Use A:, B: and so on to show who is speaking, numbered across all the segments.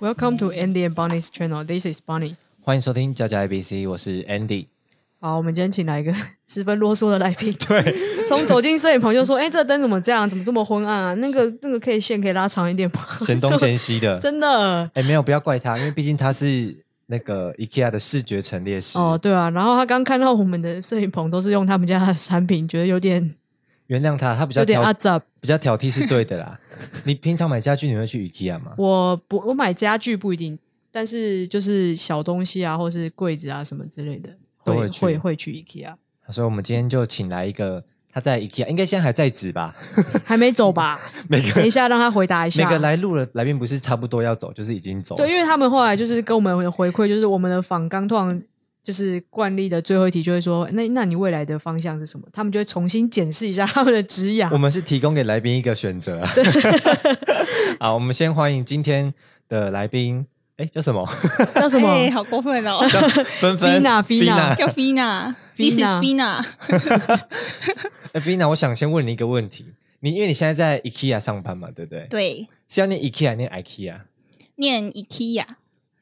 A: Welcome to Andy and Bonnie's channel. This is Bonnie.
B: 欢迎收听加加 ABC，我是 Andy。
A: 好，我们今天请来一个 十分啰嗦的来 宾。 对，从走进摄影棚就说：“哎、这灯怎么这样？怎么这么昏暗啊？ 那个那个可以线可以拉长一点 吗？”。
B: 嫌东嫌西的
A: 真的
B: 哎，没有，不要怪他，因为毕竟他是那个 IKEA 的视觉陈列师。
A: 哦，对啊。然后他刚看到我们的摄影棚都是用他们家的产品，觉得有点
B: 原谅他，他比较
A: 有点阿
B: 挑，
A: 杂。
B: 比较挑剔是对的啦。你平常买家具你会去 IKEA 吗？
A: 我不，我买家具不一定，但是就是小东西啊，或是柜子啊什么之类的，
B: 都
A: 会
B: 会去
A: 会会去 IKEA。
B: 所以我们今天就请来一个，他在 IKEA 应该现在还在职吧？
A: 还没走吧？
B: 每个
A: 等一下让他回答一
B: 每
A: 下。
B: 个来录的来宾不是差不多要走，就是已经走了。
A: 对，因为啊他们后来就是跟我们有回馈，就是我们的访纲通常就是惯例的最后一题就会说，那那你未来的方向是什么？他们就会重新检视一下他们的职
B: 我
A: 涯。
B: 们是提供给来宾一个选择。啊 好，我们先欢迎今天的来宾，哎，叫什么？
A: 叫什么？
C: 哎好过分哦！
B: 叫纷纷
A: Fina，Fina
C: 叫 Fina，This is Fina。
B: 哎 v i n a 我想先问你一个问题，你因为你现在在 IKEA 上班嘛，对不对？，
C: 对，
B: 是要念 IKEA 念 IKEA
C: 念 IKEA，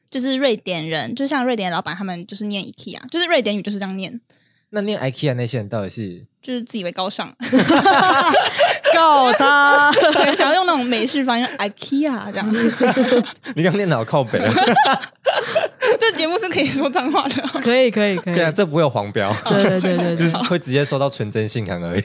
C: 就是瑞典人，就像瑞典老板他们就是念 IKEA，就是瑞典语就是这样念，
B: 那念 IKEA 那些人到底是
C: 就是自以为高尚，
A: 告他！
C: 对，想要用那种美式发音 IKEA 这样。
B: 你刚念脑靠北 啊了？
C: 这节目是可以说脏话的 哦。
A: 可以可以可以。
B: 对啊，这不会有黄标，
A: 对对对对
B: 就是
A: 对，
B: 会直接收到纯真信函而已。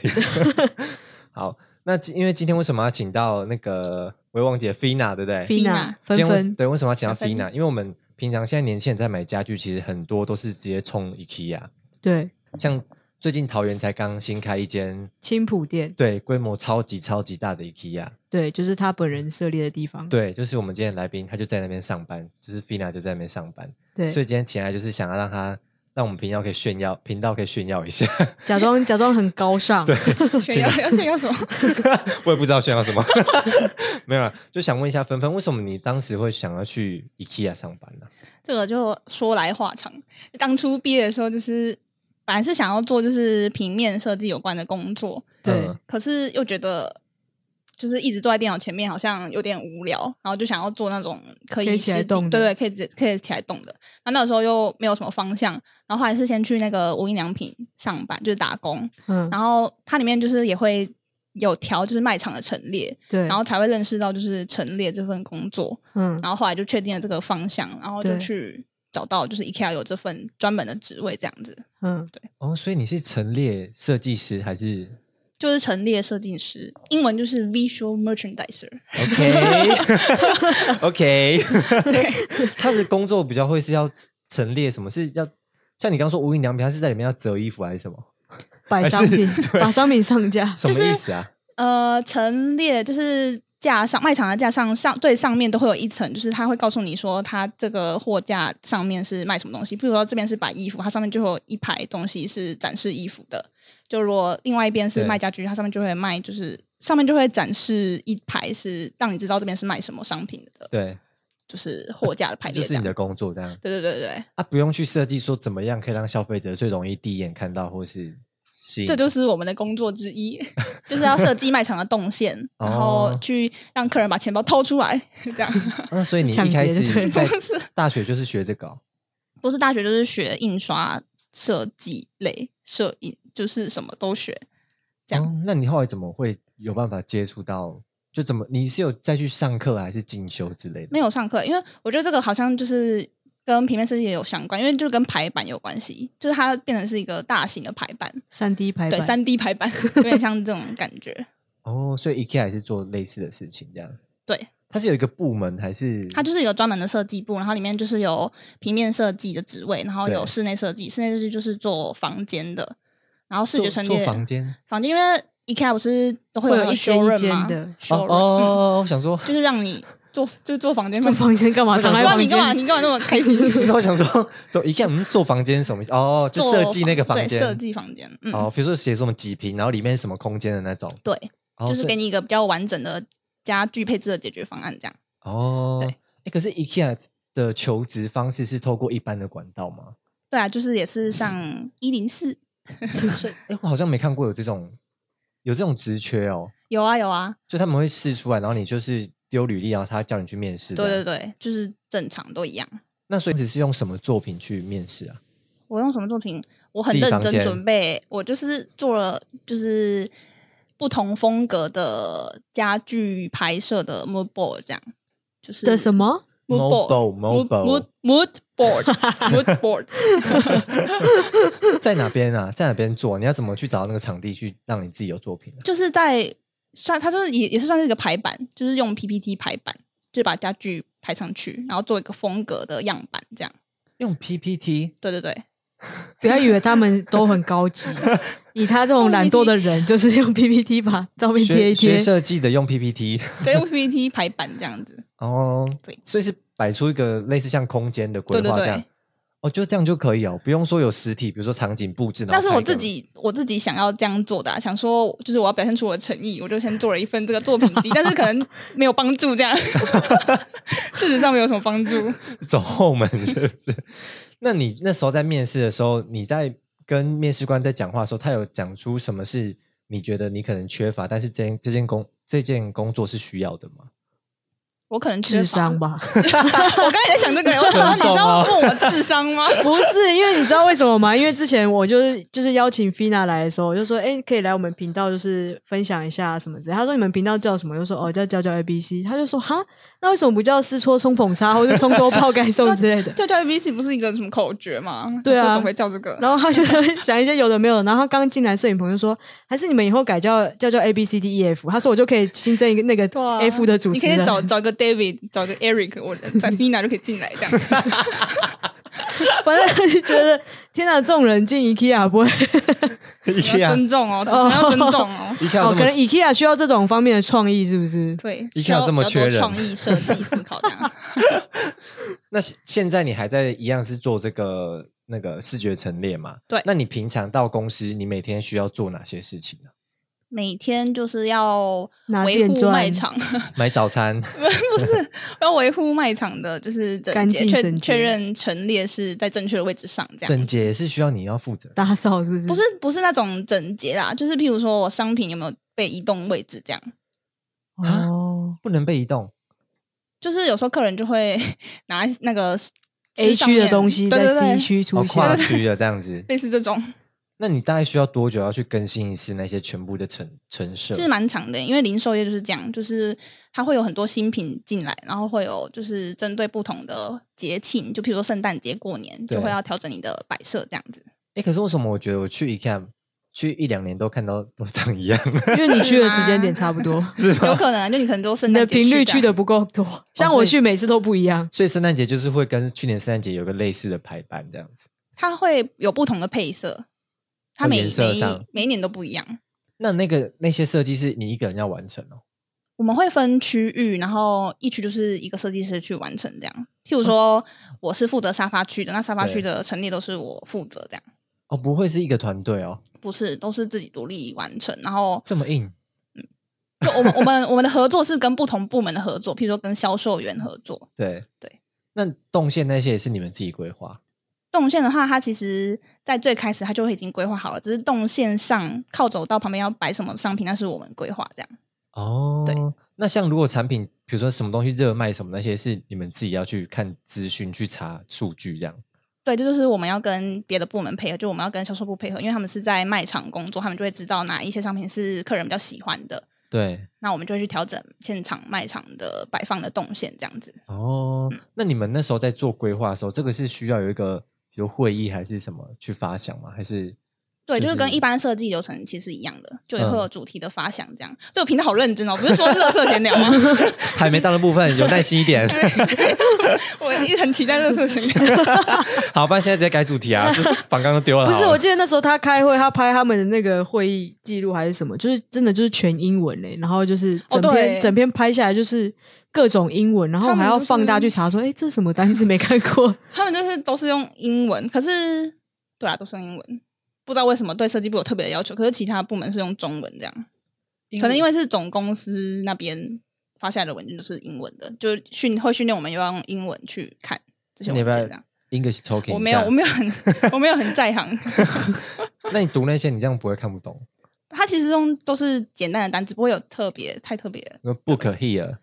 B: 好，那今因为今天为什么要请到那个我也忘记了 Fina 对不对？
A: Fina
B: 今
C: Fina
A: 纷
B: 天为
A: 纷
B: 对为什么要请到
C: 纷纷
B: Fina？因为我们平常现在年轻人在买家具，其实很多都是直接冲 IKEA，
A: 对
B: 像最近桃园才刚新开一间，
A: 青浦店，
B: 对规模超级超级大的 IKEA。
A: 对，就是他本人设立的地方。
B: 对，就是我们今天的来宾，他就在那边上班，就是 Fina 就在那边上班，
A: 对，
B: 所以今天请来就是想要让他，让我们频道可以炫耀，频道可以炫耀一下，
A: 假装假装很高尚。
C: 炫耀要炫耀什么？
B: 我也不知道炫耀什么， 没有啦，就想问一下芬芬，为什么你当时会想要去 IKEA 上班呢、
C: 这个就说来话长。当初毕业的时候，就是本来是想要做就是平面设计有关的工作，
A: 对
B: 嗯
C: 可是又觉得就是一直坐在电脑前面好像有点无聊，然后就想要做那种可
A: 可以
C: 以
A: 起来
C: 实际
A: 动的
C: 对对，可以直可以起来动的。那那个时候又没有什么方向，然后后来是先去那个无印良品上班，就是打工，
A: 嗯，
C: 然后它里面就是也会。有调就是卖场的陈列，
A: 对，
C: 然后才会认识到就是陈列这份工作，
A: 嗯，
C: 然后后来就确定了这个方向，然后就
A: 对
C: 去找到就是 IKEA 有这份专门的职位这样子，
A: 嗯，
B: 哦，所以你是陈列设计师还是
C: 就是陈列设计师，英文就是 visual merchandiser。
B: OK OK？他的工作比较会是要陈列什么？是要像你刚刚说无印良品，他是在里面要折衣服还是什么？
A: 摆
B: 是
A: 商品，把商品上架。
B: 什么
C: 就是
B: 意思啊？
C: 呃，陈列就是架上卖场的架上上最上面都会有一层，就是它会告诉你说它这个货架上面是卖什么东西。比如说这边是摆衣服，它上面就会有一排东西是展示衣服的。就如果另外一边是
B: 对
C: 卖家具，它上面就会卖，就是上面就会展示一排是让你知道这边是卖什么商品的，
B: 对，
C: 就是货架的排
B: 这就
C: 列
B: 是
C: 这
B: 你
C: 样。
B: 的工作这样。
C: 对对对对，
B: 啊，不用去设计说怎么样可以让消费者最容易第一眼看到或是吸引。
C: 这就是我们的工作之一， 就是要设计卖场的动线，然后
B: 哦
C: 去让客人把钱包掏出来， 这样。
B: 那、啊所以你
A: 抢
B: 一开
A: 劫就对了
B: 始在
C: 是
B: 大学就是学这个哦、
C: 不是大学就是学印刷设计类，摄影就是什么都学。这样
B: 哦那你后来怎么会有办法接触到？就怎么你是有再去上课还是进修之类的？
C: 没有上课，因为我觉得这个好像就是跟平面设计也有相关，因为就跟排版有关系，就是它变成是一个大型的排版，
A: 三 D 排版，
C: 对，三 D 排版 有点像这种感觉。
B: 哦，所以 IKEA 也是做类似的事情这样。
C: 对，
B: 它是有一个部门还是？
C: 它就是有专门的设计部，然后里面就是有平面设计的职位，然后有
B: 对
C: 室内设计，室内设计就是做房间的，然后视觉
B: 做
C: 陈
B: 做
C: 列
B: 房间。
C: 房间，因为 IKEA 不是都会
A: 会
C: 有
A: 有
C: 那个
A: 一间一
C: showroom
A: 间
C: 吗
A: 的。
B: 哦
C: ？showroom
B: 哦，我想说，
C: 就是让你做，就是做房间嘛
A: 做。房间干嘛？躺
C: 不
A: 在
C: 然
A: 房
C: 你干嘛？
A: 间，
C: 你干嘛那么 开心？
B: 不是我想说，做 IKEA 嗯做房间是什么意思？哦，就
C: 做
B: 设计那个房
C: 对，
B: 间，
C: 设计房间，嗯，
B: 哦，比如说写什么几平，然后里面什么空间的那种。
C: 对，
B: 哦
C: 就是
B: 所以
C: 给你一个比较完整的家具配置的解决方案，这样。
B: 哦，
C: 对
B: 诶可是 IKEA 的求职方式是透过一般的管道吗？
C: 对啊，就是也是
B: 嗯
C: 上一零四，
B: 哎，我好像没看过有这种有这种职缺哦，
C: 有啊有啊，
B: 就他们会试出来，然后你就是丢履历，然后他叫你去面试。
C: 对对。对，就是正常都一样。
B: 那所以只是用什么作品去面试啊？
C: 我用什么作品？我很
B: 自己
C: 认
B: 房
C: 真
B: 间
C: 准备，我就是做了就是不同风格的家具拍摄的 mood board，这样就是
A: 的什么？
C: mood board。mood mood
B: mobile
C: mood board mood board，
B: mobile 在哪边啊？在哪边做？你要怎么去找到那个场地去让你自己有作品啊？
C: 就是在算它就是也也是算是一个排版，就是用 PPT 排版，就是把家具排上去，然后做一个风格的样板，这样。
B: 用 PPT
C: 对对对，
A: 不要以为他们都很高 级，以他这种懒惰的人，就是
B: 哦
A: 用 PPT 把照片贴
B: 学
A: 一贴
B: 学。设计的用 PPT
C: 对用 PPT 排版这样子。
B: 哦
C: 对，
B: 所以是摆出一个类似像空间的规
C: 对对
B: 划这样
C: 对。
B: 哦，就这样就可以哦，不用说有实体，比如说场景布置。然
C: 那
B: 后
C: 是
B: 拍
C: 我
B: 一
C: 自
B: 个
C: 己我自己想要这样做的啊、想说就是我要表现出我的诚意，我就先做了一份这个作品 集，但是可能没有帮助，这样，事实上没有什么帮助。
B: 走后门是不是？那你那时候在面试的时候，你在跟面试官在讲话的时候，他有讲出什么是你觉得你可能缺乏，但是这件这件工这件工作是需要的吗？
C: 我可能缺乏
A: 智商，吧？
C: 我刚才 在想这个，我想说你是要问我智商吗？
A: 不是，因为你知道为什么吗？因为之前我就是就是邀请 Fina 来的时候，我就说，哎、可以来我们频道，就是分享一下什么之类。他说你们频道叫什么？我就说哦，叫教教 A B C。他就说哈，那为什么不叫试搓冲捧沙或者冲多泡盖送之类的？
C: 叫叫 A B C 不是一个什么口诀吗？
A: 对啊
C: 说怎么会叫这个？
A: 然后他就在想一些有的没有的。然后他刚进来摄影棚就说，还是你们以后改叫叫叫 A B C D E F。他说我就可以新增一个那个
C: 对啊
A: F 的主
C: 你
A: 持
C: 可
A: 人。
C: 以找找一个 David，找一个 Eric，我 在 Fina 就可以进来这样。
A: 反正他就觉得天哪，这种人进 IKEA 不会
C: 你
A: 啊
B: IKEA
C: 要尊重哦，主持人要尊重 哦。
B: IKEA
A: 哦，
B: 这
A: 可
B: 么、
A: 能 IKEA 需要这种方面的创意，是不是？
C: 对，
B: IKEA
C: 需要
B: 这么
C: 比较
B: 缺
C: 多
B: 人
C: 创意设计思考 这样。
B: 那现现在你还在一样是做这个那个视觉陈列嘛？
C: 对
B: 那你平常到公司，你每天需要做哪些事情呢、
C: 每天就是要
A: 拿
C: 维
A: 电
C: 护
A: 钻
C: 卖场，
B: 买早餐，
C: 要维护卖场的就是整
A: 干
C: 洁，
A: 净
C: 确
A: 整洁
C: 确认陈列是在正确的位置上，这
B: 整
C: 样。
B: 洁是需要你要负责。
A: 打扫是不是？
C: 不是不是那种整洁啦，就是譬如说我商品有没有被移动位置这样，
B: 啊
A: 哦。
B: 不能被移动，
C: 就是有时候客人就会 拿那个
A: A 区的东西
C: 对
A: 在
C: 对
A: C
C: 对
A: 区
B: 哦
A: 出现，
B: 跨区的这样子。
C: 类似这种
B: 那你大概需要多久要去更新一次那些全部的陈陈设？
C: 是蛮长的，因为零售业就是这样，就是它会有很多新品进来，然后会有就是针对不同的节庆，就譬如说圣诞节、过年，
B: 对
C: 就会要调整你的摆设这样 子。
B: 哎、可是为什么我觉得我去 IKEA 去一两年都看到都长一样？
A: 因为你去的时间点差不 多，
C: 有可能啊就你可能都圣
A: 你的
C: 诞节
A: 频率
C: 去
A: 去
C: 这
A: 的
C: 样
A: 不够多。像
B: 哦所
A: 我
B: 以
A: 去每次都不一样，
B: 所以圣诞节就是会跟去年圣诞节有个类似的排版这样子。
C: 它会有不同的配色，它
B: 哦
C: 每
B: 颜色上
C: 每每一年都不一样。
B: 那那个那些设计是你一个人要完成哦，
C: 我们会分区域，然后一区就是一个设计师去完成这样。譬如说，我是负责沙发区的，那沙发区
B: 对
C: 的陈列都是我负责这样，
B: 哦，不会是一个团队哦，
C: 不是都是自己独立完成。然后
B: 这么硬
C: 就我们我们我们的合作是跟不同部门的合作，譬如说跟销售员合作。
B: 对
C: 对。
B: 那动线那些也是你们自己规划，
C: 动线的话，它其实在最开始它就会已经规划好了，只是动线上靠走道旁边要摆什么商品，那是我们规划这样。
B: 哦，
C: 对。
B: 那像如果产品，比如说什么东西热卖什么那些，是你们自己要去看资讯、去查数据这样。
C: 对，这就是我们要跟别的部门配合，就我们要跟销售部配合，因为他们是在卖场工作，他们就会知道哪一些商品是客人比较喜欢的，
B: 对，
C: 那我们就会去调整现场卖场的摆放的动线，这样子。
B: 哦，
C: 嗯
B: 那你们那时候在做规划的时候，这个是需要有一个，比如会议还是什么去发想吗？还是
C: 对，
B: 就
C: 就是是跟一般设计流程其实一样的，就也会
B: 嗯
C: 有主题的发想这样。这个频道好认真哦，不是说乐色闲聊吗？
B: 还没到的部分，有耐心一点。
C: 我一直很期待乐色闲聊。
B: 好，不然现在直接改主题啊，就反刚都丢了好
A: 不
B: 了。
A: 是？我记得那时候他开会，他拍他们的那个会议记录还是什么，就是真的就是全英文嘞、然后就是整
C: 哦
A: 篇、
C: 对
A: 整篇拍下来就是各种英文，然后我还要放
C: 嗯
A: 大去查说，哎、这什么单字没看 过？
C: 他们就是都是用英文，可是对啊，都是用英文。不知道为什么对设计部有特别的要求，可是其他部门是用中文这样。可能因
B: 为
C: 为是总公司那边发下来的文件都是英文的，就训会训练我们要用英文去看这些
B: 那你要
C: 文
B: 不要
C: 件这样。
B: English talking，
C: 我没有，我没有很，我没有很在 行。
B: 有。那你读那些，你这样不会看不懂。
C: 它其实用都是简单的单词，不会有特别太特别 的，
B: 那 book here，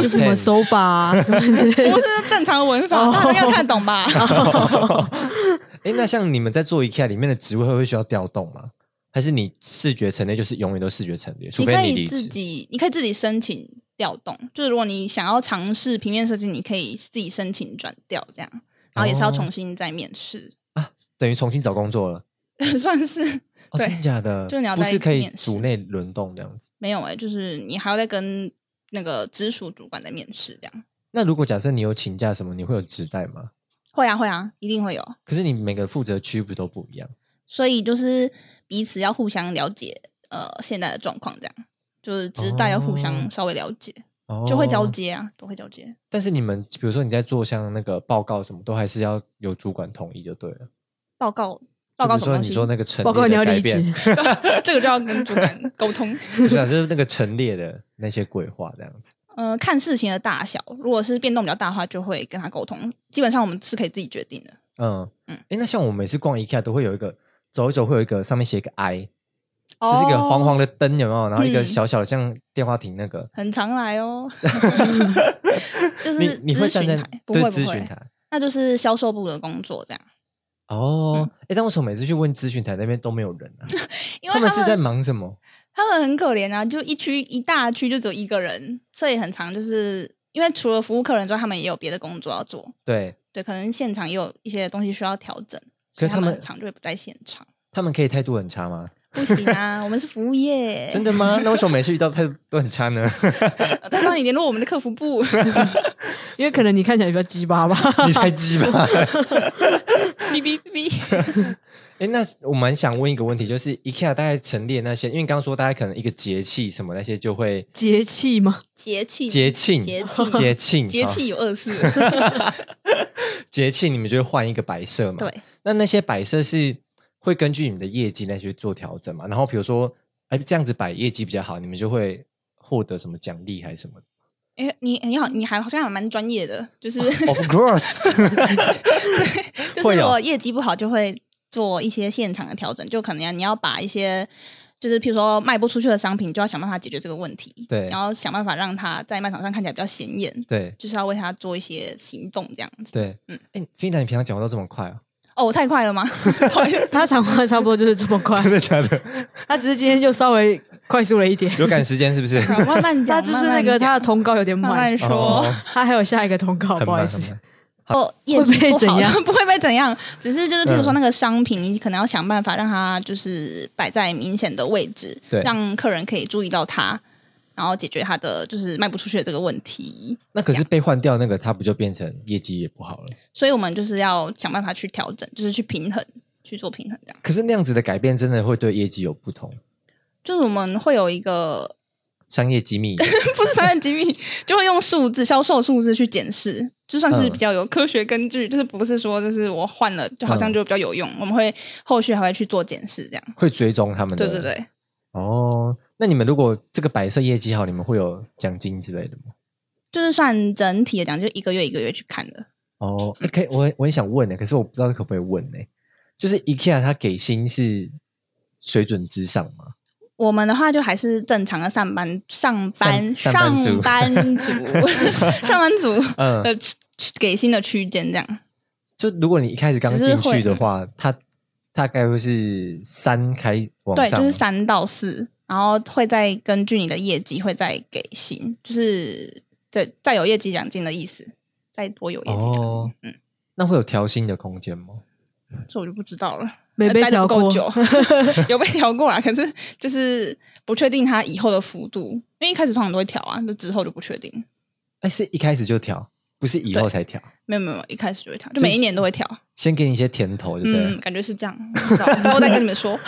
A: 就什么
B: hotel
A: sofa 啊，什么之类
C: 不
A: 的。
C: 是正常的文法，
B: 哦
C: 大家应该看得懂吧？
B: 哎，那像你们在做 IKEA 里面的职位，会不会需要调动吗？还是你视觉陈列就是永远都视觉陈列，除
C: 你
B: 非
C: 可
B: 离
C: 以自
B: 职。
C: 己，你可以自己申请调动，就是如果你想要尝试平面设计，你可以自己申请转调这样，然后也是要
B: 哦
C: 重新再面试，
B: 等于重新找工作了。
C: 算是
B: 哦、
C: 对
B: 真的假的？
C: 就是你要
B: 不
C: 在
B: 是可以
C: 面试
B: 组内轮动这样子。
C: 没有哎、就是你还要再跟那个直属主管在面试这样。
B: 那如果假设你有请假什么，你会有职代吗？
C: 会啊会啊，一定会有，
B: 可是你每个负责区不都不一样？
C: 所以就是彼此要互相了解，呃，现在的状况这样，就是只是大家互
B: 哦
C: 相稍微了解，
B: 哦
C: 就会交。接啊，都会交接。
B: 但是你们比如说你在做像那个报告什么，都还是要有主管同意就对了。
C: 报告报告
B: 就
C: 什
B: 比如说
C: 么东
B: 你
C: 西？
B: 说那个陈
A: 包括你要离职，
C: 这个就要跟主管沟通。
B: 不是、啊，就是那个陈列的那些规划这样子。
C: 呃，看事情的大小，如果是变动比较大的话，就会跟他沟通。基本上我们是可以自己决定的。
B: 嗯嗯
C: 嗯。
B: 哎，那像我每次逛 IKEA 都会有一个走一走会有一个上面写一个 I，、就是一个黄黄
C: 的，
B: 的灯有没有？然后一个
C: 嗯
B: 小小的像电话亭那个。
C: 很常来 哦。就是
B: 你你会
C: 咨
B: 站在
C: 询台，不
B: 对
C: 会不
B: 咨询
C: 会，
B: 台。
C: 那就是销售部的工作这样。
B: 哦，
C: 嗯
B: 哎、但为什么每次去问咨询台那边都没有人啊？
C: 因为他
B: 们是在
C: 们
B: 忙什么？
C: 他们很可怜啊，就一区一大区就只有一个人，所以很常就是因为除了服务客人之外，他们也有别的工作要做。
B: 对
C: 对，可能现场也有一些东西需要调整，
B: 可是
C: 所以
B: 他
C: 他
B: 们
C: 们很常就会不在现场。
B: 他们可以态度很差吗？
C: 不行啊，我们是服务业，
B: 真的 吗？那为什么每次遇到态度都很差呢？
C: 呃再帮你联络我们的客服部。
A: 因为可能你看起来比较鸡巴吧。
B: 你才鸡吧？
C: 哔哔哔，
B: 哎、那我蛮想问一个问题，就是 IKEA 大概陈列那些，因为刚刚说大家可能一个节气什么那些就会
A: 节气吗？
C: 节气，
B: 节庆、
C: 节气
B: 节庆、
C: 节
B: 哦、
C: 气有二四，
B: 节气，你们就会换一个摆设嘛？。
C: 对，
B: 那那些摆设是会根据你们的业绩来去做调整嘛？然后比如说，哎、这样子摆业绩比较好，你们就会获得什么奖励还是什么的
C: 哎，你你好，你还好像还蛮专业的，就是
B: ？Of course，
C: 就
B: 哦会
C: 是
B: 哦
C: 我业绩不好就会做一些现场的调整，就可能要你要把一些。就是譬如说卖不出去的商品，就要想办法解决这个问题，
B: 对
C: 然后想办法让它在卖场上看起来比较显眼，
B: 对
C: 就是要为它做一些行动这样子。
B: 对，嗯
C: 嗯，
B: 哎、菲娜，你平常讲话都这么快 哦、
C: 哦，我太快 了吗？不好意思，
A: 他讲话差不多就是这么快，
B: 的假的？
A: 他只是今天就稍微快速了一点。
B: 有赶时间是不 是？
C: 慢慢
A: 他
C: 讲，
A: 就是那
C: 慢慢
A: 个
C: 讲
A: 他的通告有点
C: 慢慢
A: 满，
B: 哦
C: 说。
A: 他还有下一个通告，
B: 很
A: 不好意
B: 慢很
A: 思
B: 慢。。
C: 哦，业绩
A: 会被
C: 不好
A: 怎样
C: 不会被怎样，只是就是譬如说
B: 嗯
C: 那个商品，你可能要想办法让它就是摆在明显的位置，
B: 对
C: 让客人可以注意到它，然后解决它的就是卖不出去的这个问题。
B: 那可是被换掉那个，他不就变成业绩也不好了？
C: 所以我们就是要想办法去调整，就是去平衡，去做平衡这样。
B: 可是那样子的改变真的会对业绩有不同，
C: 就是我们会有一个
B: 商业机密。
C: 不是商业机密，就会用数字销售数字去检视，就算是
B: 嗯
C: 比较有科学根据，就是不是说就是我换了就好像
B: 嗯
C: 就比较有用，我们会后续还会去做检视这样。
B: 会追踪他们的。
C: 对对。对。
B: 哦，那你们如果这个摆设业绩好，你们会有奖金之类的吗？
C: 就是算整体的讲，就一个月一个月去看的。
B: 哦，可以，我很我很想问呢、欸可是我不知道可不可以问呢、就是 IKEA 它给薪是水准之上吗？
C: 我们的话就还是正常的上班上班
B: 上上班族
C: 上 班族上班族
B: 嗯，
C: 的区区给薪的区间这样，
B: 就如果你一开始刚
C: 只是
B: 进去
C: 会
B: 的话，它大概会是三开往
C: 对，
B: 上，
C: 就是三到四，然后会再根据你的业绩会再给薪，就是对再有业绩奖金的意思，再多有业绩奖金，
B: 哦
C: 嗯，
B: 那会有调薪的空间吗？
C: 这我就不知道了，
A: 没被
C: 呃待得
A: 调
C: 不
A: 过
C: 够，久， 有被调过啦，可是就是不确定他以后的幅度，因为一开始通常都会调啊，就之后就不确定。
B: 哎，是一开始就调，不是以后
C: 对
B: 才调，
C: 没有没有，没有一开始就会调，
B: 就
C: 就是每一年都会调。
B: 先给你一些甜头，对不对
C: 嗯，
B: 了？
C: 感觉是这样，不知道之后再跟你们 说，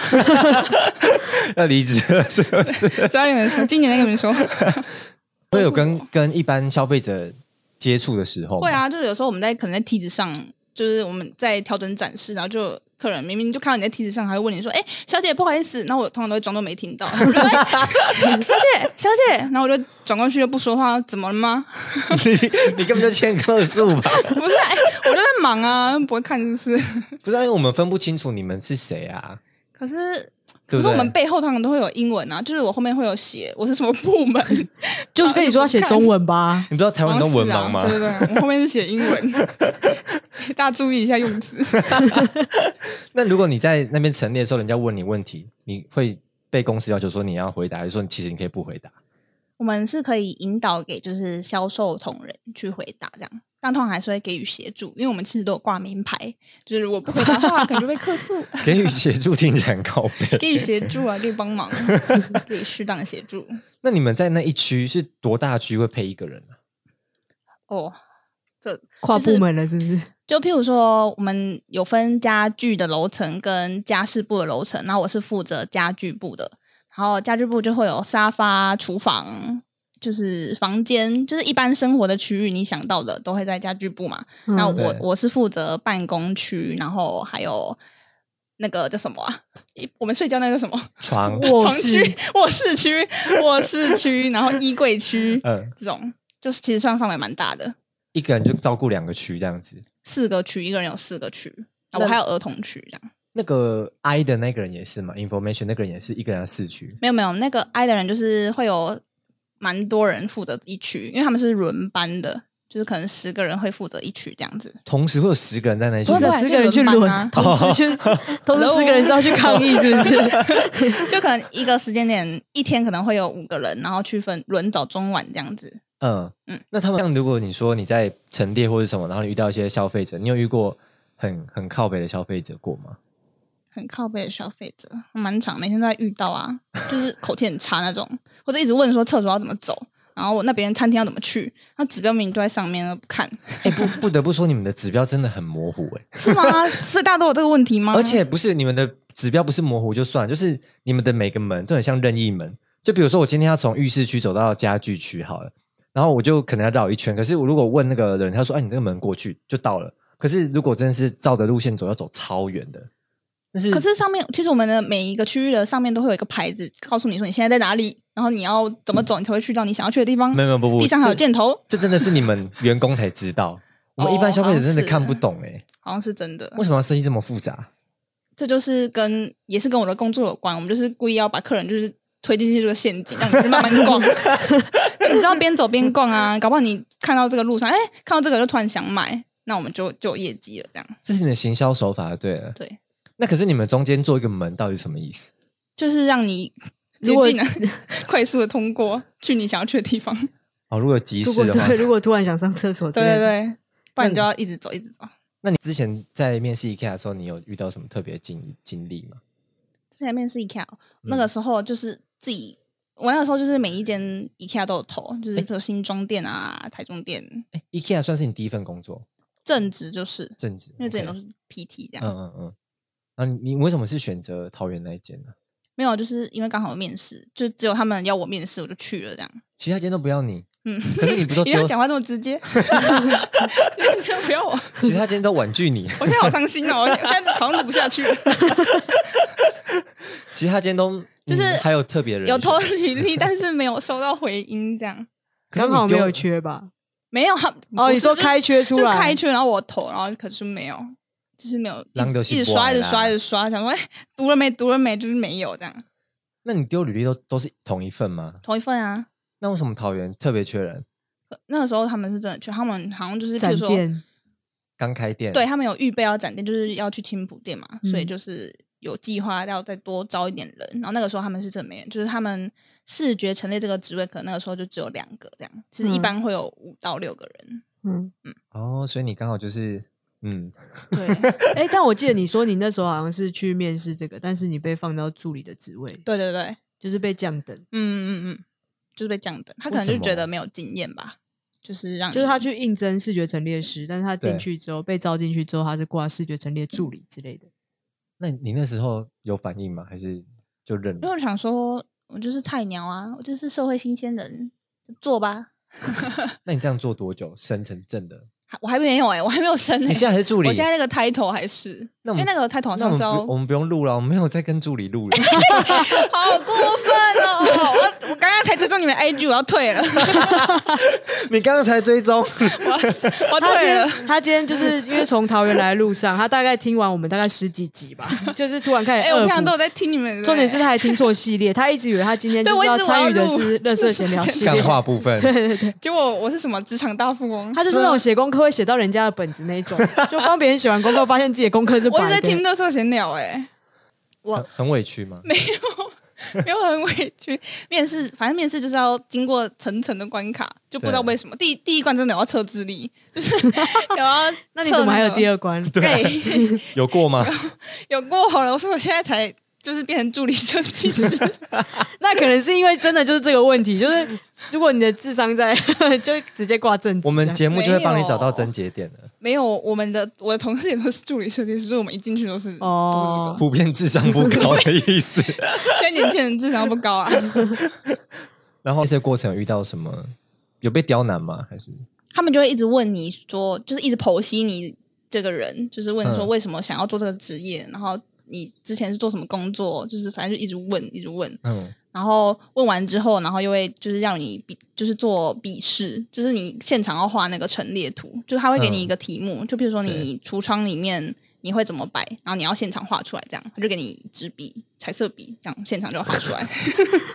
B: 要离职了是不是？
C: 之后跟你们说，今年再跟你们说。
B: 会有跟跟一般消费者接触的时候吗
C: 啊会，啊，就是有时候我们在可能在梯子上，就是我们在调整展示，然后就客人明明就看到你在梯子上，还会问你说：“哎、小姐，不好意思。”然后我通常都会装作没 听到，我就说哎小姐，小姐。然后我就转过去又不说话，怎么了吗？
B: 你你根本就欠客诉吧？
C: 不是、哎，我就在忙啊，不会看是不是？
B: 不是啊，因为我们分不清楚你们是谁啊。
C: 可是。
B: 对不
C: 可
B: 对
C: 是我们背后通常都会有英文啊，就是我后面会有写我是什么部门，
A: 就是跟你说要写中文 吧。
B: 你知道台湾
C: 好
B: 人
C: 像
B: 都
C: 是
B: 文
C: 啊
B: 盲吗？
C: 对对 对，我后面是写英文， 大家注意一下用词。
B: 那如果你在那边陈列的时候，人家问你问题，你会被公司要求说你要回答，还是说其实你可以不回答？
C: 我们是可以引导给就是销售同仁去回答这样，但通常还是会给予协助，因为我们其实都有挂名牌，就是如果不回答的话，可能就被客诉。
B: 给予协助听起来很靠背。
C: 给予协助啊，给予 帮忙，给予适当的协助。
B: 那你们在那一区是多大区会配一个人啊？
C: 哦，这
A: 跨部门了是不是？
C: 就譬如说，我们有分家具的楼层跟家事部的楼层，然后我是负责家具部的，然后家具部就会有沙发、厨房。就是房间，就是一般生活的区域，你想到的都会在家具部嘛。那
A: 嗯
C: 我
B: 对
C: 我是负责办公区，然后还有那个叫什么啊？诶我们睡觉那个叫什么？
B: 床
A: 卧
C: 床
A: 室
C: 区、卧室区、卧室区，然后衣柜区，
B: 嗯，
C: 这种就是其实算范围蛮大的，
B: 一个人就照顾两个区这样子。
C: 四个区，一个人有四个区，啊
B: 那
C: 我还有儿童区这样。
B: 那个 I 的那个人也是嘛，information 那个人也是一个人要四区。
C: 没有没有，那个 I 的人就是会有蛮多人负责一区，因为他们是轮班的，就是可能十个人会负责一区这样子。
B: 同时会有十个人在那一区
A: 不，是
C: 不
A: 啊
C: 会
A: 十个人去
C: 就轮班
A: 轮，
C: 啊
A: 同时 去，同时十个人是要去抗议是不是？
C: 就可能一个时间点，一天可能会有五个人，然后区分轮早中晚这样子。
B: 嗯
C: 嗯
B: 那他们像如果你说你在陈列或者什么，然后你遇到一些消费者，你有遇过很很靠北的消费者过吗？
C: 很靠背的消费者，蛮长，每天都在遇到啊，就是口气很差那种，或者一直问说厕所要怎么走，然后我那边餐厅要怎么去，那指标明明都在上面都不看，
B: 哎、不 不得不说，你们的指标真的很模糊哎、
C: 是吗？ 所以大家都有这个问题吗？
B: 而且不是你们的指标不是模糊就算，就是你们的每个门都很像任意门。就比如说，我今天要从浴室区走到家具区好了，然后我就可能要绕一圈。可是我如果问那个人，他说：“哎、你这个门过去就到了。”可是如果真的是照着路线走，要走超远的。但是
C: 可是上面其实我们的每一个区域的上面都会有一个牌子，告诉你说你现在在哪里，然后你要怎么走，你才会去到你想要去的地方
B: 没。有没有不不，
C: 地上还有
B: 这
C: 箭头，
B: 这真的是你们员工才知 道，我们一般消费者真的看不懂哎、
C: 哦好像是真的。
B: 为什么要设计这么复杂？
C: 这就是跟也是跟我的工作有关，我们就是故意要把客人就是推进去这个陷阱，让你去慢慢 逛。你知道边走边逛啊，搞不好你看到这个路上，哎，看到这个就突然想买，那我们就就有业绩了。这样
B: 这是你的行销手法就对了。
C: 对，
B: 那可是你们中间做一个门到底是什么意思？
C: 就是让你接
A: 如果
C: 近了， 快速的通过去你想要去的地方。
B: 哦，如果有急
A: 如
B: 事
A: 果
B: 的话，
A: 对，如果突然想上厕所之
C: 对
A: 类
C: 对
A: 的，
C: 对，不然你就要一直走一直走。
B: 那你之前在面试 IKEA 的时候，你有遇到什么特别经经历吗？
C: 之前面试 IKEA，那个时候就是自己。我那个时候就是每一间 IKEA 都有投，就是比如新庄店啊、台中店，
B: 哎，IKEA 算是你第一份工作，
C: 正职就是，
B: 正职，
C: 因为之前都
B: OK
C: 是 PT 这样。
B: 嗯嗯嗯。然后你你为什么是选择桃园那一间呢？
C: 没有，就是因为刚好有面试，就只有他们要我面试，我就去了这样。
B: 其他间都不要你，
C: 嗯，
B: 可是你 不都
C: 一定要
B: 丢，
C: 讲话这么直接，你先不要我，
B: 其他间都婉拒你，
C: 我现在好伤心哦，我我现在好像录不下去了。
B: 其他间都
C: 就是
B: 嗯还有特别人
C: 有投
B: 选
C: 履历，但是没有收到回音，这样
B: 可是
A: 刚
B: 你
A: 好没
B: 丢
A: 有缺吧？
C: 没有。
A: 哦，你说开
C: 缺
A: 缺出
C: 就
A: 来，
C: 开缺，然后我投，然后可是没有，就是没有，
B: 人就
C: 一
B: 是
C: 直一直刷，
B: 不爱
C: 一
B: 啦
C: 直刷，一直刷，想说哎，读了没？读了没？就是没有这样。
B: 那你丢履历都都是同一份吗？
C: 同一份啊，
B: 那为什么桃园特别缺人？
C: 那个时候他们是真的缺，他们好像就是比
A: 展
C: 如说
A: 店
B: 刚开店，
C: 对，他们有预备要展店，就是要去青浦店嘛，所以
A: 嗯
C: 就是有计划要再多招一点人。然后那个时候他们是真的没人，就是他们视觉陈列这个职位，可能那个时候就只有两个这样，其实一
A: 嗯
C: 般会有五到六个 人。
A: 嗯，
B: 哦，所以你刚好就是嗯，
C: 对
A: 哎、但我记得你说你那时候好像是去面试这个，但是你被放到助理的职位，
C: 对对对，
A: 就是被降等，
C: 嗯嗯嗯，就是被降等，他可
B: 为
C: 能
B: 什
C: 就觉
B: 么
C: 得没有经验吧，就是让
A: 就是
C: 你
A: 他去应征视觉陈列师，但是他进
B: 对
A: 去之后被招进去之后，他是挂视觉陈列助理之类的。
B: 那你那时候有反应吗？还是就认
C: 因为
B: 了？
C: 我想说，我就是菜鸟啊，我就是社会新鲜人，就做吧。
B: 那你这样做多久？升成正的
C: 还我还没有哎、我还没有升、欸。
B: 你现在还是助理？
C: 我现在那个 title 还是，
B: 那我
C: 因
B: 们
C: 为那个 title 好
B: 那我
C: 像
B: 们
C: 是要
B: 不我们不用录了，我们没有在跟助理录 了。
C: 好过分 哦！我我刚刚才追踪你们 IG，我要退了，
B: 你刚刚才追踪，
C: 我
A: 他今
C: 退了。
A: 天他今天就是因为从桃园来的路上，他大概听完我们大概十几集吧， 就是突然开
C: 哎、
A: 始
C: 我
A: 恶
C: 平常
A: 补。
C: 都有在听你们的。欸
A: 重点是他还听错系列，他一直以为他今天
C: 对
A: 就是
C: 我一
A: 要
C: 直
A: 参与
C: 我
A: 的
C: 要录
A: 是乐色闲聊系
B: 干
A: 列，
B: 话部分。
C: 结果我是什么职场大富翁？
A: 他就是那种写功课会写到人家的本子那一种，就帮别人写完功课，发现自己的功课是白
C: 我一直在
A: 的
C: 听。乐色闲聊、欸
B: 很很委屈吗？
C: 哎， 没有很委屈。面试，反正面试就是要经过层层的关卡，就不知道
B: 对
C: 为什么第第一关真的有要测智力， 就是 有要测
A: 那你怎么还有第
C: 二？
A: 二关？
C: 对，
B: 有过吗？
C: 有过好了。我说我现在才就是变成助理设计 师，
A: 那可能是因为真的就是这个问题， 就是如果你的智商在， 就直接挂正职。
B: 我们节目就会帮你找到
C: 没有
B: 症结点的，
C: 没有我们的我的同事也都是助理设计师，所以我们一进去都是
A: 哦
C: 哦，
B: 普遍智商不高的意思。
C: 现在年轻人智商 不高啊。
B: 然后这些过程有遇到什么？有被刁难吗？还是
C: 他们就会一直问你说，就是一直剖析你这个人，就是问说
B: 嗯
C: 为什么想要做这个职业，然后你之前是做什么工作，就是反正就一直问，一直问，
B: 嗯，
C: 然后问完之后，然后又会就是让你比，就是做笔试，就是你现场要画那个陈列图，就是他会给你一个题目，就比如说你橱窗里面。你会怎么摆？然后你要现场画出来，这样他就给你纸笔、彩色笔，这样现场就画出来。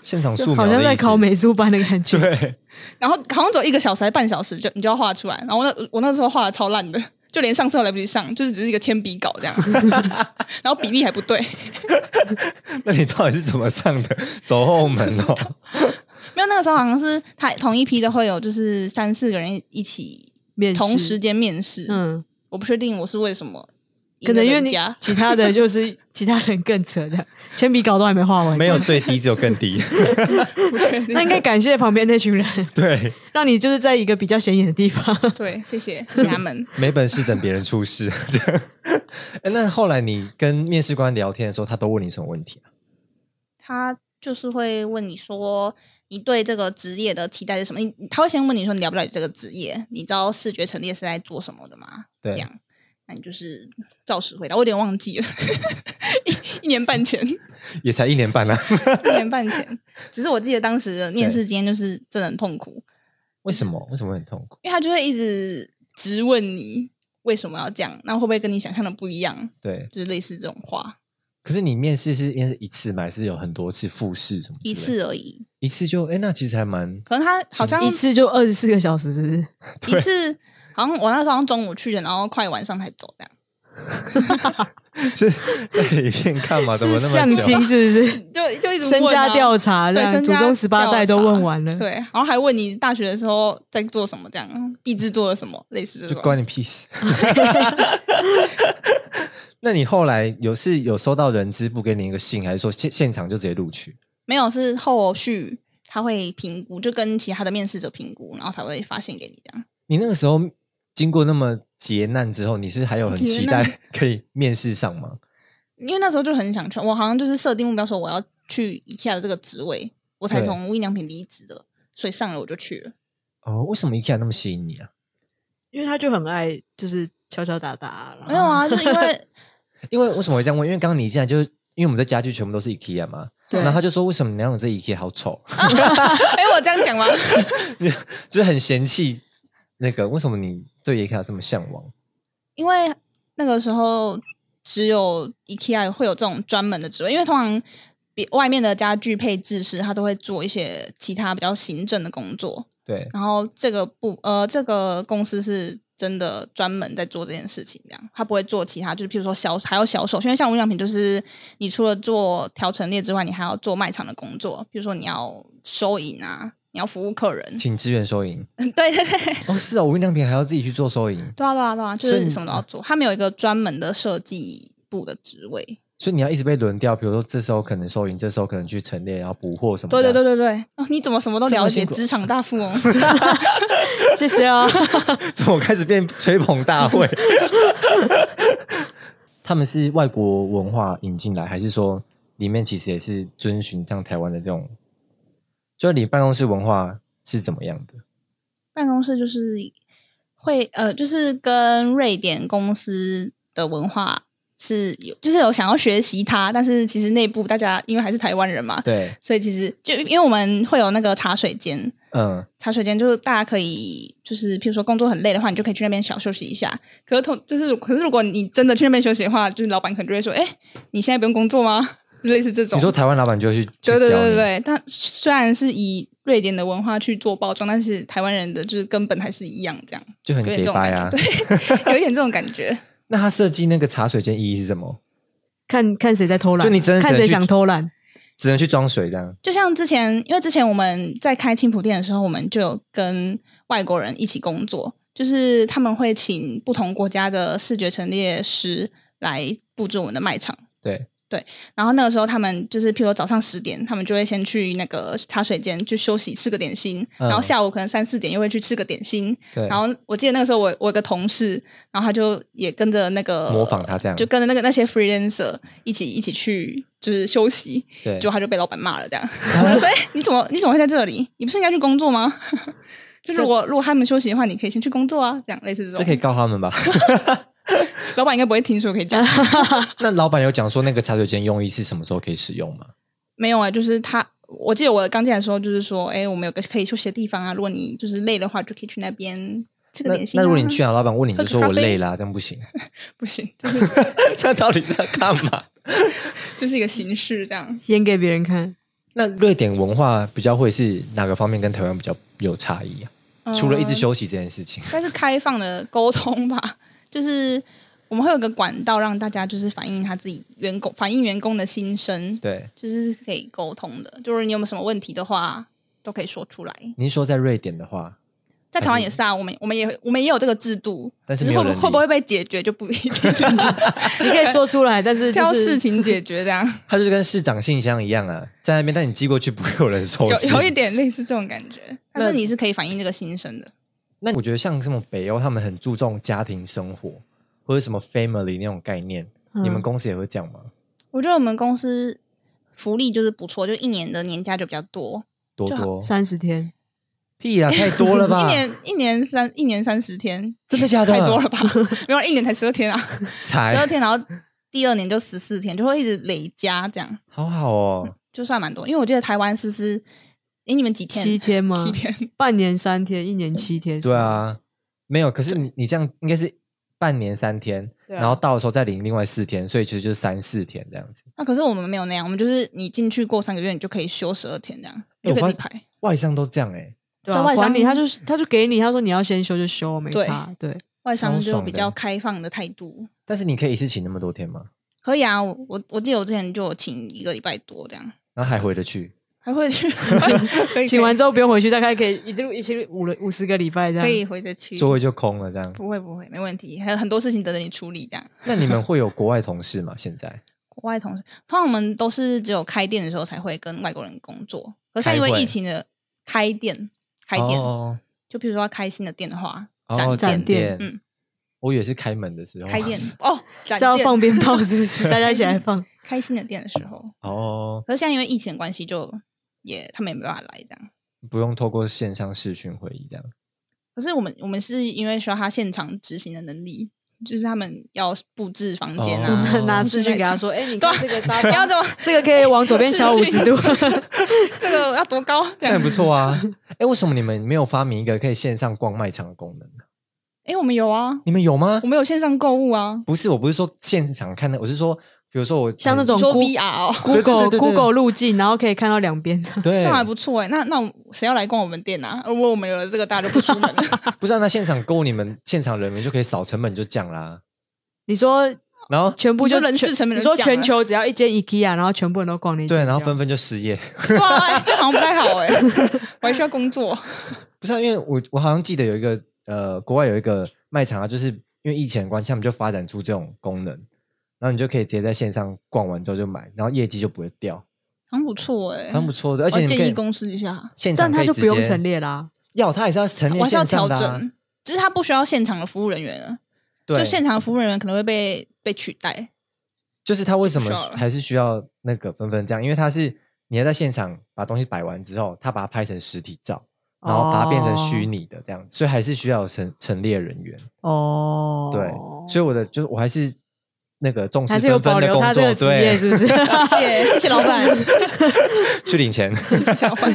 B: 现场素
A: 就
B: 描
A: 好
B: 的
A: 像在
B: 意思
A: 考美术班的感觉。
B: 对，
C: 然后好像走一个小时还半小时就你就要画出来。然后我那我那时候画的超烂的，就连上色都来不及上，就是只是一个铅笔稿这样，然后比例还不对。
B: 那你到底是怎么上 的？走后门哦，
C: 没有那个时候好像是他同一批的会有就是三四个人一起
A: 面试
C: 同时，间面试，
A: 嗯，
C: 我不确定我是为什么
A: 可
C: 赢了
A: 能因为
C: 人
A: 你
C: 家
A: 。其他的 就是其他人更扯的，铅笔稿都还没画完。
B: 没有，最低，只有更低。
C: 不确定
A: 那应该感谢旁边那群人，
B: 对，
A: 让你就是在一个比较显眼的地方。
C: 对，谢谢谢谢 他们。
B: 没本事等别人出事。 这样哎那后来你跟面试官聊天的时候，他都问你什么问题啊？
C: 他就是会问你说你对这个职业的期待是什么？你他会先问你说你了不了解这个职业？你知道视觉陈列是在做什么的吗？
B: 对
C: 这样，那你就是照实回答。我有点忘记了，一一年半前，一
B: 也才一年半啊，
C: 年半前，只是我记得当时的面试经验就是真的很痛苦，
B: 为什么？为什么会很痛苦？
C: 因为他就会一直质问你为什么要这样，那会不会跟你想象的不一样？
B: 对，
C: 就是类似这种话，
B: 可是你面试是面试一次吗？还是有很多次复试什么之类的？
C: 一次而已。
B: 一次就哎、那其实还 蛮
C: 可能他好像
A: 一次就二十四个小时，是不是？
C: 一次，好像我那时候好像中午去的，然后快晚上才走这样。
B: 是在里面干嘛？怎么
A: 是
B: 那
A: 相
B: 么久
A: 亲，？是不是？
C: 就就一直
A: 身
C: 问啊
A: 家调查，这
C: 对
A: 样
C: 身
A: 祖
C: 家
A: 宗十八代都问完了。
C: 对，然后还问你大学的时候在做什么，这样毕制做了什么，类似这
B: 就
C: 种。
B: 关你屁事。 那你后来有是有收到人资部给你一个信，还是说现现场就直接录取？
C: 没有是后续他会评估，就跟其他的面试者评估，然后才会发信给你这样。
B: 你那个时候经过那么劫难之后，你是还有很期
C: 劫
B: 待可以面试上吗？
C: 因为那时候就很想去，我好像就是设定目标说我要去一下的这个职位，我才
B: 对
C: 从无印良品离职的，所以上了我就去了。
B: 哦，为什么 IKEA 那么吸引你啊？
A: 因为他就很爱，就是敲敲打打。然后
C: 没有啊，就是因为
B: 因为为什么会这样问？因为刚刚你进来就是因为我们的家具全部都是 IKEA 嘛，
A: 对
B: 然后他就说为什么你要用这 IKEA 好丑，
C: 哎，我这样讲吗？
B: 就是很嫌弃那个为什么你对 IKEA 这么向往？
C: 因为那个时候只有 IKEA 会有这种专门的职位，因为通常比外面的家具配置师他都会做一些其他比较行政的工作，
B: 对，
C: 然后这个部呃这个公司是真的专门在做这件事情，这样他不会做其他，就是譬如说销还有销售，因为像无印良品就是你除了做调陈列之外，你还要做卖场的工作，比如说你要收银啊，你要服务客人，
B: 请支援收银。
C: 对对对。
B: 哦，是啊，无印良品还要自己去做收银，
C: 对啊，对啊，对啊，就
B: 所以
C: 是
B: 你
C: 什么都要做。他们有一个专门的设计部的职位。
B: 所以你要一直被轮调。比如说这时候可能收银，这时候可能去陈列，然后补货什么
C: 对
B: 的。
C: 对对对对，哦，你怎么什么都
B: 啊这么
C: 了解？
B: 辛苦
C: 职场大富翁，
A: 谢谢啊。
B: 对， 怎么开始变吹捧大会？ 他们是外国文化引进来，还是说里面其实也是遵循像台湾的这种？就你办公室文化是怎么样的？
C: 办公室就是会呃，就是跟瑞典公司的文化是有，就是有想要学习它，但是其实内部大家因为还是台湾人嘛，
B: 对，
C: 所以其实就因为我们会有那个茶水间，
B: 嗯，
C: 茶水间就是大家可以就是譬如说工作很累的话，你就可以去那边小休息一下。可是同就是可是如果你真的去那边休息的话，就是老板可能就会说，哎、你现在不用工作吗？ 就类似这种
B: 你。说台湾老板就去，
C: 对对
B: 去屌
C: 对
B: 你，
C: 对，但虽然是以瑞典的文化去做包装，但是台湾人的就是根本还是一样，这样
B: 就很
C: 有点
B: 给
C: 这种
B: 掰
C: 感
B: 啊
C: 觉，。对，有一点这种感觉。
B: 那他设计那个茶水间意义是什么？
A: 看看谁在偷懒，
B: 就你真的只能
A: 看谁
B: 去
A: 想偷懒，
B: 只能去装水这样。
C: 就像之前，因为之前我们在开青浦店的时候，我们就有跟外国人一起工作，就是他们会请不同国家的视觉陈列师来布置我们的卖场。
B: 对，
C: 然后那个时候，他们就是譬如说早上十点，他们就会先去那个茶水间去休息，吃个点心，
B: 嗯
C: 然后下午可能三四点又会去吃个点心，
B: 对，
C: 然后我记得那个时候我，我有个同事，然后他就也跟着那个
B: 模仿他这样
C: 呃就跟着那个那些 freelancer 一起一起去就是休息，
B: 对
C: 结果他就被老板骂了这样。 我就说：“哎、你怎么你怎么会在这里？你不是应该去工作吗？” 就是我如果他们休息的话，你可以先去工作啊，这样类似这
B: 这可以
C: 种。
B: 告他们吧？
C: 老板应该不会听说可 以讲，
B: 那老板有讲说那个茶水间用意是什么时候可以使用吗？
C: 没有啊，就是他。我记得我刚进来的时候，就是说，哎、我们有个可以休息的地方啊。如果你就是累的话，就可以去那边吃个
B: 那
C: 点心、啊
B: 那如果你去啊，老板问你，你
C: 喝
B: 就
C: 个
B: 说我
C: 咖啡
B: 累啦，这样不行。
C: 不行，就是
B: 那到底是在干 嘛？
C: 就是一个形式这样。
A: 演给别人看。
B: 那瑞典文化比较会是哪个方面跟台湾比较有差异啊？除了一直
C: 嗯
B: 休息这件事情，
C: 但是开放的沟通吧，就是我们会有个管道让大家就是反映他自己员工反映员工的心声，
B: 对，
C: 就是可以沟通的。就是你有没有什么问题的话，都可以说出来。
B: 您说在瑞典的话，
C: 在台湾也是啊，我们我们也我们也有这个制度，
B: 但是
C: 只
B: 没
C: 是
B: 有
C: 会
B: 人
C: 不
B: 理
C: 会不会被解决就不 一定，
A: 你可以说出来，但是就
C: 挑
A: 是
C: 事情解决这样，
B: 它就是跟市长信箱一样啊，在那边，但你寄过去不会有人收
C: 有
B: 信。
C: 有一点类似这种感觉。但是
B: 那
C: 你是可以反映这个心声的，
B: 那我觉得像这种北欧，他们很注重家庭生活或者什么 family 那种概念，
A: 嗯
B: 你们公司也会这样吗？
C: 我觉得我们公司福利就是不错，就一年的年假就比较多，
B: 多多
A: 三十天，
B: 屁啊，太多了吧
C: 一？年一年三一年三十天，
B: 真的假的？哎
C: 太多 了，吧？没有，一年才十二天啊，十二
B: 才
C: 天，然后第二年就十四天，就会一直累加，这样
B: 好好哦。
C: 就算蛮多。因为我记得台湾是不是？诶，你们几天？
A: 七天吗？
C: 七天。
A: 半年三天，一年七天。
B: 对，啊，没有，可是你你这样应该是半年三天，
A: 对啊
B: 然后到的时候再领另外四天，所以其实就是三四天这样子。
C: 那、啊可是我们没有那样，我们就是你进去过三个月，你就可以休十二天这样，
B: 诶
C: 就可以
B: 我
C: 自
B: 发
C: 己排。
B: 外商都这样哎、
A: 对
C: 在
A: 啊，
C: 外商
A: 管理他就是他就给你，他说你要先休就休，没
C: 对
A: 差。对，
C: 外商
B: 超
C: 就
B: 爽的
C: 比较开放的态度，
B: 但是你可以一次请那么多天吗？
C: 可以啊。我我我记得我之前就有请一个礼拜多这样，
B: 然后还回得 去？
C: 还会 去可以
A: 请完之后不用回去，大概可以一路一起五了五十个礼拜这样。
C: 可以回得去，
B: 座位就空了这样。
C: 不会不会没问题，还有很多事情等着你处理这样。
B: 那你们会有国外同事吗？现在
C: 国外同事，通常我们都是只有开店的时候才会跟外国人工作。可是因为
B: 开会
C: 疫情的开店，开店、
B: 哦，
C: 就比如说要开新的店的话，
B: 哦
C: 展
B: 展店，
C: 店，嗯，
B: 我以为是开门的时候。
C: 开 店哦，展
A: 是要放
C: 店，
A: 鞭 炮是不是？大家一起来放。
C: 开新的店的时候。
B: 哦，
C: 可是现在因为疫情的关系，就也他们也没办法来这样。
B: 不用透过线上视讯会议这样。
C: 可是我们我们是因为需要他现场执行的能力，就是他们要布置房间啊，
B: 哦
A: 拿视讯给他说：“哎，你
C: 对
A: 看
C: 啊
A: 这个沙
C: 你
A: 发，
C: 要怎么
A: 这个可以往左边敲五
C: 视
A: 十
C: 讯
A: 度。
C: 这个要多高？这
B: 那也
C: 样
B: 不错啊！哎，为什么你们没有发明一个可以线上逛卖场的功能呢？
C: 哎、我们有啊，
B: 你们有吗
C: 我？们有线上购物啊，
B: 不是，我不是说现场看的，我是说，比如说我
A: 像那种
C: 你说
A: 孤
C: VR 哦。”
A: Google
B: 对对对对对
A: Google 路径，然后可以看到两边。
B: 对
C: 这样还不错哎、那那我谁要来逛我们店啊？如果我们有了这个，大家就不出门了。
B: 不是、啊、那现场购物，你们现场人员就可以少成本就降啦。
A: 你说
B: 然后
A: 全部
C: 你
A: 哦
C: 说
A: 就
C: 人事
A: 全
C: 成本
A: 你
C: 就
A: 说
C: 降
A: 全
C: 了
A: 球只要一间 IKEA，然后全部人都逛那一间
B: 对，
A: 这样。
B: 然后纷纷就失业。
C: 对啊，这好像不太好哎、我还需要工作。
B: 不是、啊，因为我我好像记得有一个呃，国外有一个卖场啊，就是因为疫情的关系，他们就发展出这种功能，然后你就可以直接在线上逛完之后就买，然后业绩就不会掉，
C: 好像不错
A: 嗯
C: 哎、
B: 很不错的。而且
C: 我
B: 你可
C: 建
B: 以
C: 议公司一下，
B: 现场
A: 但他
B: 可以
A: 就
B: 直
A: 不用
B: 接
A: 陈列啦。
B: 要他也是要陈
C: 我
B: 列
C: 还是要
B: 线
C: 调
B: 上的啊、
C: 整，只是他不需要现场的服务人员了，啊
B: 对，
C: 就现场服务人员可能会被被取代。
B: 就是他为什
C: 就不需要
B: 么
C: 了
B: 还是需要那个纷纷这样？因为他是你要在现场把东西摆完之后，他把它拍成实体照，
A: 哦
B: 然后把它变成虚拟的这样子，所以还是需要有陈陈列人员。
A: 哦，
B: 对，所以我的就是我还是那个重视
A: 还是有
B: 纷
A: 保
B: 纷的
A: 留
B: 工
A: 他这
B: 作，
A: 个职业，
B: 对，
A: 是不 是？
C: 谢谢谢谢老板，
B: 去领钱。
C: 谢谢老板。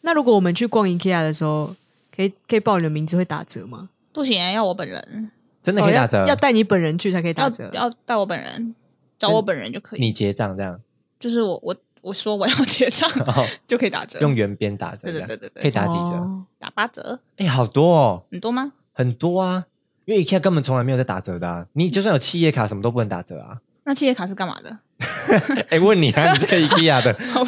A: 那如果我们去逛 IKEA 的时候，可以可以报你的名字会打折吗？
C: 不行，要我本人，
B: 真的可以
A: 哦
B: 打
A: 要
B: 折，
A: 要带你本人去才可以打
C: 要
A: 折。
C: 要带我本人，找我本人就可以。
B: 你结账这样，
C: 就是我我我说我要结 账
B: 然后
C: 就可以打折，
B: 用圆边打折，这
C: 对对
B: 样
C: 对对对
B: 可以打几折？
A: 哦
C: 打八折，
B: 哎，好多哦，
C: 很多吗？
B: 很多啊，因为 IKEA 根本从来没有在打折的啊，你就算有企业卡什么都不能打折啊。
C: 那企业卡是干嘛的？
B: 哎，问你啊，你这个 IKEA 的，
C: 我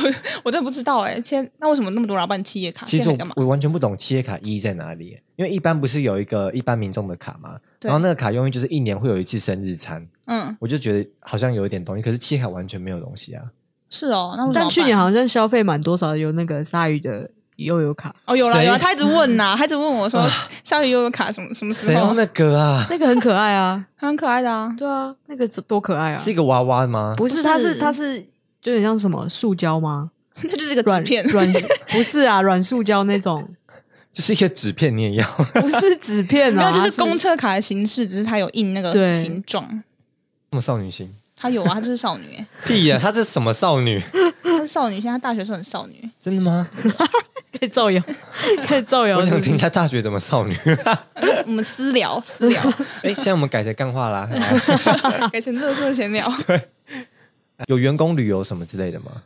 C: 我真的不知道哎、切那为什么那么多人要办企业卡？
B: 其
C: 企业
B: 实
C: 卡
B: 我
C: 啊干嘛？
B: 我完全不懂企业卡意义在哪里耶，因为一般不是有一个一般民众的卡嘛，
C: 对
B: 然后那个卡用于就是一年会有一次生日餐，
C: 嗯，
B: 我就觉得好像有一点东西，可是企业卡完全没有东西啊。
C: 是哦。那为什么要办
A: 但去年好像消费满多少有那个鲨鱼的悠游卡，
C: 哦有了
B: 谁啊
C: 有了，他一直问呐、他一直问我说下雨又有卡什么什么时
B: 谁要
C: 候？
B: 那个啊？
A: 那个很可爱啊。
C: 他很可爱的啊，
A: 对啊，那个多可爱啊！
B: 是一个娃娃吗？
A: 不
C: 不
A: 是，
C: 是
A: 它是它是就有点像什么塑胶吗？
C: 这就是一个纸
A: 软
C: 片，
A: 软不是啊，软塑胶那种，
B: 就是一个纸片，你也要？
A: 不是纸片
C: 没
A: 啊，
C: 有就是
A: 它
C: 公车卡的形式，只是它有印那个
A: 对
C: 形状。
B: 什么少女心？
C: 她有啊，她就是少女、欸，
B: 屁呀、她这什么少女？
C: 她是少女，现在大学生很少女。
B: 真的吗？
A: 可以造谣，可以造
C: 啊
A: 谣。
B: 我想听
A: 是
B: 她大学怎么少女。
C: 我们私聊私聊，
B: 哎、现在我们改成干话啦。好啊
C: 改成乐色闲聊。
B: 有员工旅游什么之类的吗？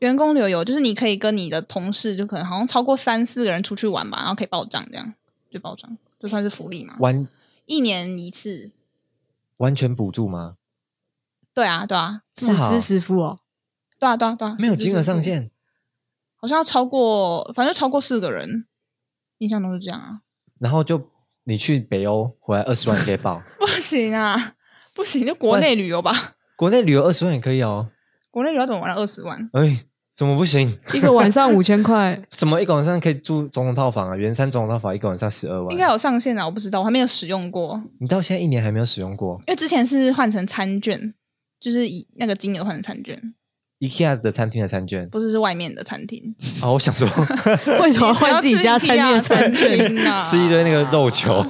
C: 员工旅游就是你可以跟你的同事，就可能好像超过三四个人出去玩吧，然后可以报账，这样就报账，就算是福利嘛。
B: 完
C: 一年一次，
B: 完全补助吗？
C: 对啊，对啊，
A: 不是
B: 这么好
A: 是实付哦，
C: 对啊，对啊，对啊，
B: 没有
C: 是
B: 金额上，
C: 是是
B: 限，
C: 好像要超过，反正超过四个人，印象中是这样啊。
B: 然后就你去北欧回来二十万可以报，
C: 不行啊，不行，就国内旅游吧。
B: 国内旅游二十万也可以哦。
C: 国内旅游怎么玩到二十万？
B: 哎、怎么不行？
A: 一个晚上五千 块，
B: 怎么一个晚上可以住总统套房啊？圆山总统套房一个晚上十二万
C: 应，该有上限啊，我不知道，我还没有使用过，
B: 你到现在一年还没有使用过
C: 因为之前是换成餐券，就是以那个金额换成餐券，
B: IKEA 的餐厅啊的餐券。
C: 不是是外面的 餐厅。
B: 哦，我想 说
A: 为什么要哦换自己家餐厅的餐券？
C: 厅啊
B: 吃一堆那 个肉球。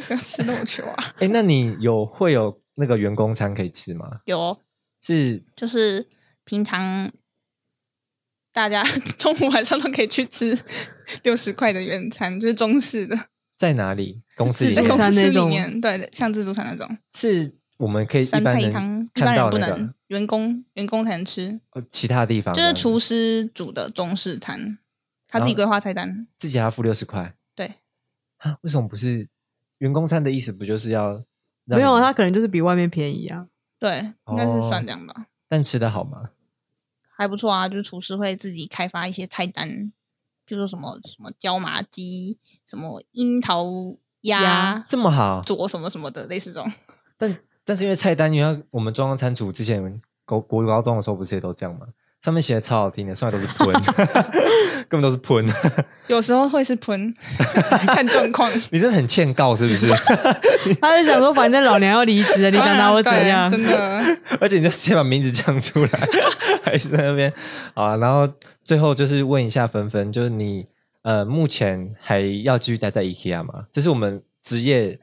C: 想吃肉球啊？
B: 哎、那你有会有那个员工餐可以吃吗？
C: 有，哦
B: 是
C: 就是平常大家 中午晚上都可以去吃六十块的原餐，就是中式的
B: 在哪里？公司
A: 自助
B: 里面
C: 在公
A: 餐
C: 司
A: 那
C: 里
A: 种
C: 面，对，像自助餐那种，
B: 是我们可以一
C: 三
B: 般
C: 菜一
B: 人
C: 汤，一般
B: 看
C: 人
B: 到
C: 不
B: 那个
C: 能，员工员工才能吃，
B: 呃其他地方
C: 就
B: 这样
C: 是
B: 子，
C: 厨师煮的中式餐，他自己
B: 啊
C: 规划菜单，
B: 自己还要付六十块
C: 对，
B: 啊？为什么不是员工餐的意思？不就是要 让
A: 没有，啊，
B: 你
A: 它可能就是比外面便宜啊。
C: 对，应该是
B: 哦
C: 算这样吧，
B: 但吃的好吗？
C: 还不错啊，就是厨师会自己开发一些菜单，比如说什么什么椒麻鸡，什么樱桃鸭
A: 鸭。
B: 这么好，
C: 佐什么什么的，类似这种。
B: 但但是因为菜单，因为我们中央餐厨之前国国高中的时候不是也都这样吗？上面写的超好听的，上面都是喷， 根本都是喷。
C: 有时候会是 喷，看状况。
B: 你真的很欠告是不 是？
A: 他就想说，反正老娘要离 职了，你想拿我怎样？
C: 对真的，
B: 而且你就直接把名字讲出来，还是在那边好啊。然后最后就是问一下芬芬，就是你呃，目前还要继续待在 IKEA 吗？这是我们职业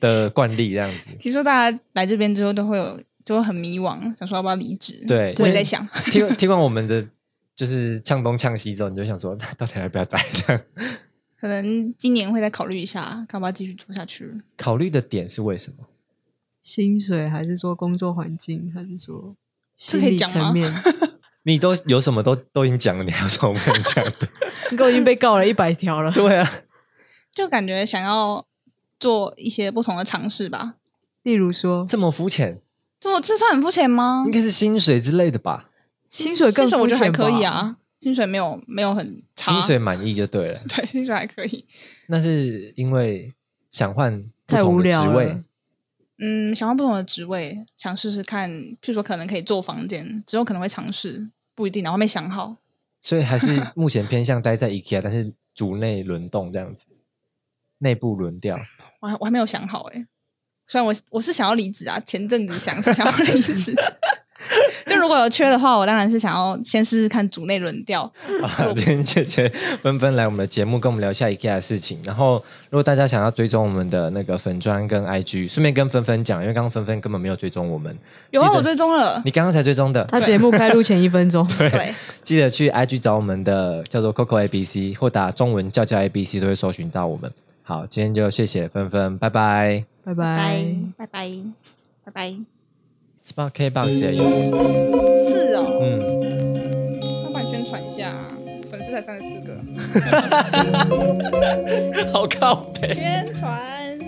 B: 的惯例，这样子。
C: 听说大家来这边之后都会有，就会很迷惘，想说要不要离职。
B: 对
C: 我也
B: 对
C: 在想，
B: 听完听完我们的就是呛东呛西之后，你就想说，到底要不要待？ 这样
C: 可能今年会再考虑一下，要不要继续做下去。
B: 考虑的点是为什么？
A: 薪水还是说工作环境，还是说
C: 这
A: 心
C: 可以
A: 理
C: 讲吗
A: 层面？
B: 你都有什么都都已经讲了，你还有什么不能讲的？
A: 你都已经被告了一百条了。
B: 对啊，
C: 就感觉想要做一些不同的尝试吧。
A: 例如说，
B: 这么肤浅，
C: 就我这算很肤浅吗
B: 应？该是薪水之类的吧？
A: 薪水更
C: 薪水我觉得还
A: 肤浅吧
C: 可以啊，薪水没有没有很差，
B: 薪水满意就对了。
C: 对薪水还可以。
B: 那是因为想换不
A: 太
B: 同
A: 无
B: 的
A: 聊
B: 职位
A: 了，。
C: 嗯，想要不同的职位，想试试看，譬如说可能可以做房间，之后可能会尝试，不一定啊，我还没想好。
B: 所以还是目前偏向待在 IKEA，但是组内轮动这样子，内部 轮调。
C: 我还我还没有想好欸 哎、虽然我我是想要离职啊，前阵子想是想要离职，就如如果有缺的话，我当然是想要先试试看组内轮调。
B: 好，啊今天谢谢纷纷来我们的节目，跟我们聊一下 IKEA 的事情。然后，如果大家想要追踪我们的那个粉砖跟 IG，顺便跟纷纷讲，因为刚刚纷纷根本没有追踪我们。
C: 有啊，
B: 记得
C: 我追踪
A: 呃
C: 了。
B: 你刚刚才追踪的，
A: 他节目开录前一分钟，
C: 对，
B: 记得去 IG 找我们的叫做 Coco ABC，或打中文叫叫 ABC 都会搜寻到我们。好，今天就谢谢纷纷，拜拜。
A: 拜
D: 拜
A: 拜。
D: 拜拜拜拜。
B: s p o t K Box 也有，
C: 是哦，
B: 嗯，
C: 那帮你宣传一下啊，粉丝才三十四个，
B: 好靠北。
C: 宣传。